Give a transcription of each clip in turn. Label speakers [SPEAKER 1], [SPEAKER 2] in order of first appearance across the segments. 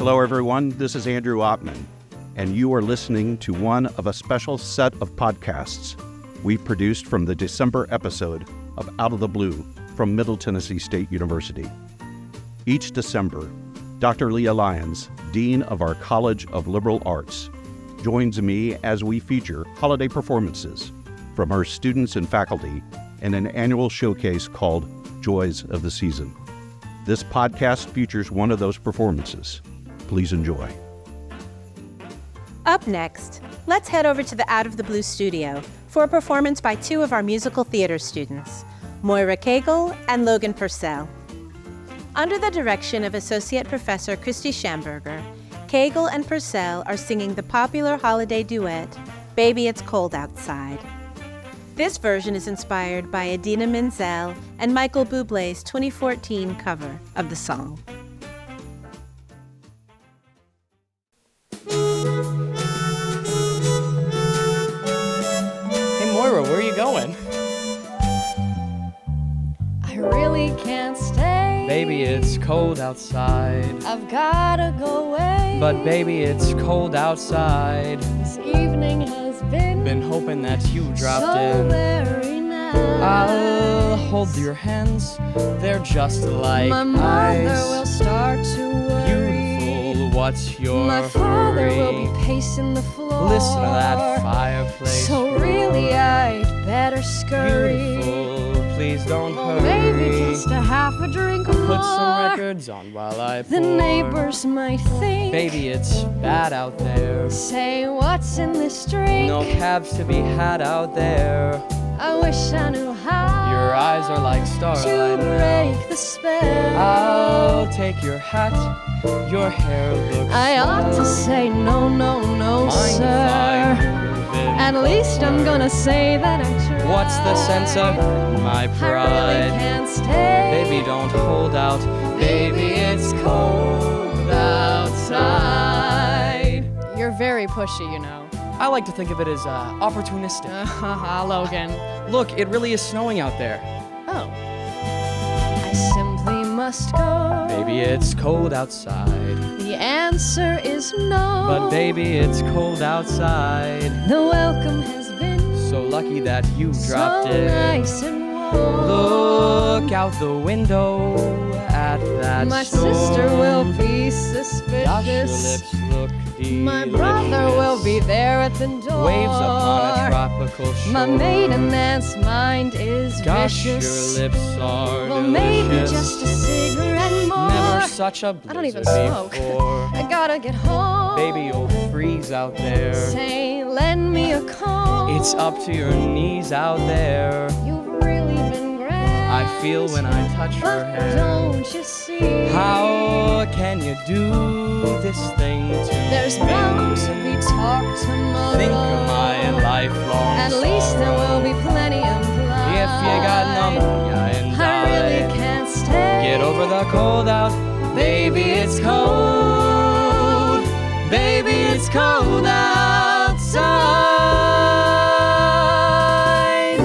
[SPEAKER 1] Hello, everyone. This is Andrew Ottman, and you are listening to one of a special set of podcasts we produced from the December episode of Out of the Blue from Middle Tennessee State University. Each December, Dr. Leah Lyons, Dean of our College of Liberal Arts, joins me as we feature holiday performances from her students and faculty in an annual showcase called Joys of the Season. This podcast features one of those performances. Please enjoy.
[SPEAKER 2] Up next, let's head over to the Out of the Blue studio for a performance by two of our musical theater students, Moira Cagle and Logan Purcell. Under the direction of Associate Professor Christy Schamberger, Cagle and Purcell are singing the popular holiday duet, Baby It's Cold Outside. This version is inspired by Adina Menzel and Michael Bublé's 2014 cover of the song.
[SPEAKER 3] Hey Moira, where are you going?
[SPEAKER 4] I really can't stay.
[SPEAKER 3] Baby, it's cold outside.
[SPEAKER 4] I've gotta go away.
[SPEAKER 3] But baby, it's cold outside.
[SPEAKER 4] this evening has been,
[SPEAKER 3] Been hoping that you dropped
[SPEAKER 4] so
[SPEAKER 3] in.
[SPEAKER 4] very nice.
[SPEAKER 3] I'll hold your hands, they're just like
[SPEAKER 4] My mother
[SPEAKER 3] ice.
[SPEAKER 4] will start to worry.
[SPEAKER 3] Beautiful, what's your
[SPEAKER 4] My father
[SPEAKER 3] hurry?
[SPEAKER 4] will be pacing the floor.
[SPEAKER 3] Listen to that fireplace.
[SPEAKER 4] So really,
[SPEAKER 3] roar.
[SPEAKER 4] I'd better scurry.
[SPEAKER 3] Beautiful, please don't hurry.
[SPEAKER 4] Oh, maybe just a half a drink more.
[SPEAKER 3] Put some records on while I pour.
[SPEAKER 4] The neighbors might think.
[SPEAKER 3] Baby, it's bad out there.
[SPEAKER 4] Say what's in this drink?
[SPEAKER 3] No cabs to be had out there.
[SPEAKER 4] I wish I knew how.
[SPEAKER 3] Your eyes are like
[SPEAKER 4] to
[SPEAKER 3] starlight now. Ah.
[SPEAKER 4] break the spell.
[SPEAKER 3] I'll take your hat. Your hair looks.
[SPEAKER 4] I ought to
[SPEAKER 3] swell.
[SPEAKER 4] say no, no, no,
[SPEAKER 3] Mind if
[SPEAKER 4] sir.
[SPEAKER 3] I move in
[SPEAKER 4] At least I'm
[SPEAKER 3] closer?
[SPEAKER 4] gonna say that I tried.
[SPEAKER 3] What's the sense of my
[SPEAKER 4] I really
[SPEAKER 3] pride?
[SPEAKER 4] can't stay.
[SPEAKER 3] Baby, don't hold out. Baby, it's cold outside.
[SPEAKER 4] You're very pushy, you know.
[SPEAKER 3] I like to think of it as uh, opportunistic.
[SPEAKER 4] Haha, Logan.
[SPEAKER 3] Look, it really is snowing out there.
[SPEAKER 4] Oh. I simply must go.
[SPEAKER 3] Baby, it's cold outside.
[SPEAKER 4] The answer is no.
[SPEAKER 3] But baby, it's cold outside.
[SPEAKER 4] The welcome has been
[SPEAKER 3] So lucky that you
[SPEAKER 4] so
[SPEAKER 3] dropped in.
[SPEAKER 4] nice and warm.
[SPEAKER 3] Look out the window at that
[SPEAKER 4] My
[SPEAKER 3] storm.
[SPEAKER 4] sister will be
[SPEAKER 3] Gosh, your
[SPEAKER 4] suspicious.
[SPEAKER 3] lips look
[SPEAKER 4] My brother will be
[SPEAKER 3] delicious.
[SPEAKER 4] there at the door.
[SPEAKER 3] Waves upon a tropical shore.
[SPEAKER 4] My maiden aunt's mind is
[SPEAKER 3] Gosh,
[SPEAKER 4] vicious.
[SPEAKER 3] your lips are
[SPEAKER 4] well,
[SPEAKER 3] delicious.
[SPEAKER 4] maybe just a cigarette more.
[SPEAKER 3] Never such a blizzard
[SPEAKER 4] I don't even smoke.
[SPEAKER 3] before.
[SPEAKER 4] I gotta get home.
[SPEAKER 3] Baby, you'll freeze out there.
[SPEAKER 4] Say, lend me a comb.
[SPEAKER 3] It's up to your knees out there.
[SPEAKER 4] You've really been grand.
[SPEAKER 3] I feel when I touch your
[SPEAKER 4] But
[SPEAKER 3] hair.
[SPEAKER 4] don't you see?
[SPEAKER 3] How can you do this thing to
[SPEAKER 4] There's
[SPEAKER 3] me?
[SPEAKER 4] bound to be talk tomorrow.
[SPEAKER 3] Think of my lifelong
[SPEAKER 4] At least there will
[SPEAKER 3] sorrow.
[SPEAKER 4] be plenty of blood.
[SPEAKER 3] If you got pneumonia and
[SPEAKER 4] I
[SPEAKER 3] die,
[SPEAKER 4] really can't stay.
[SPEAKER 3] get over the cold out. Baby, it's cold. Baby, it's cold outside.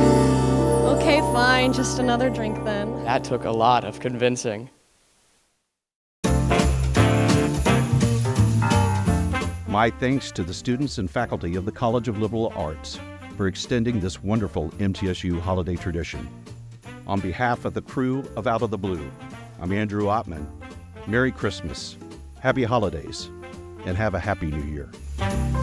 [SPEAKER 4] Okay, fine. Just another drink then.
[SPEAKER 3] That took a lot of convincing.
[SPEAKER 1] My thanks to the students and faculty of the College of Liberal Arts for extending this wonderful MTSU holiday tradition. On behalf of the crew of Out of the Blue, I'm Andrew Ottman. Merry Christmas, Happy Holidays, and have a Happy New Year.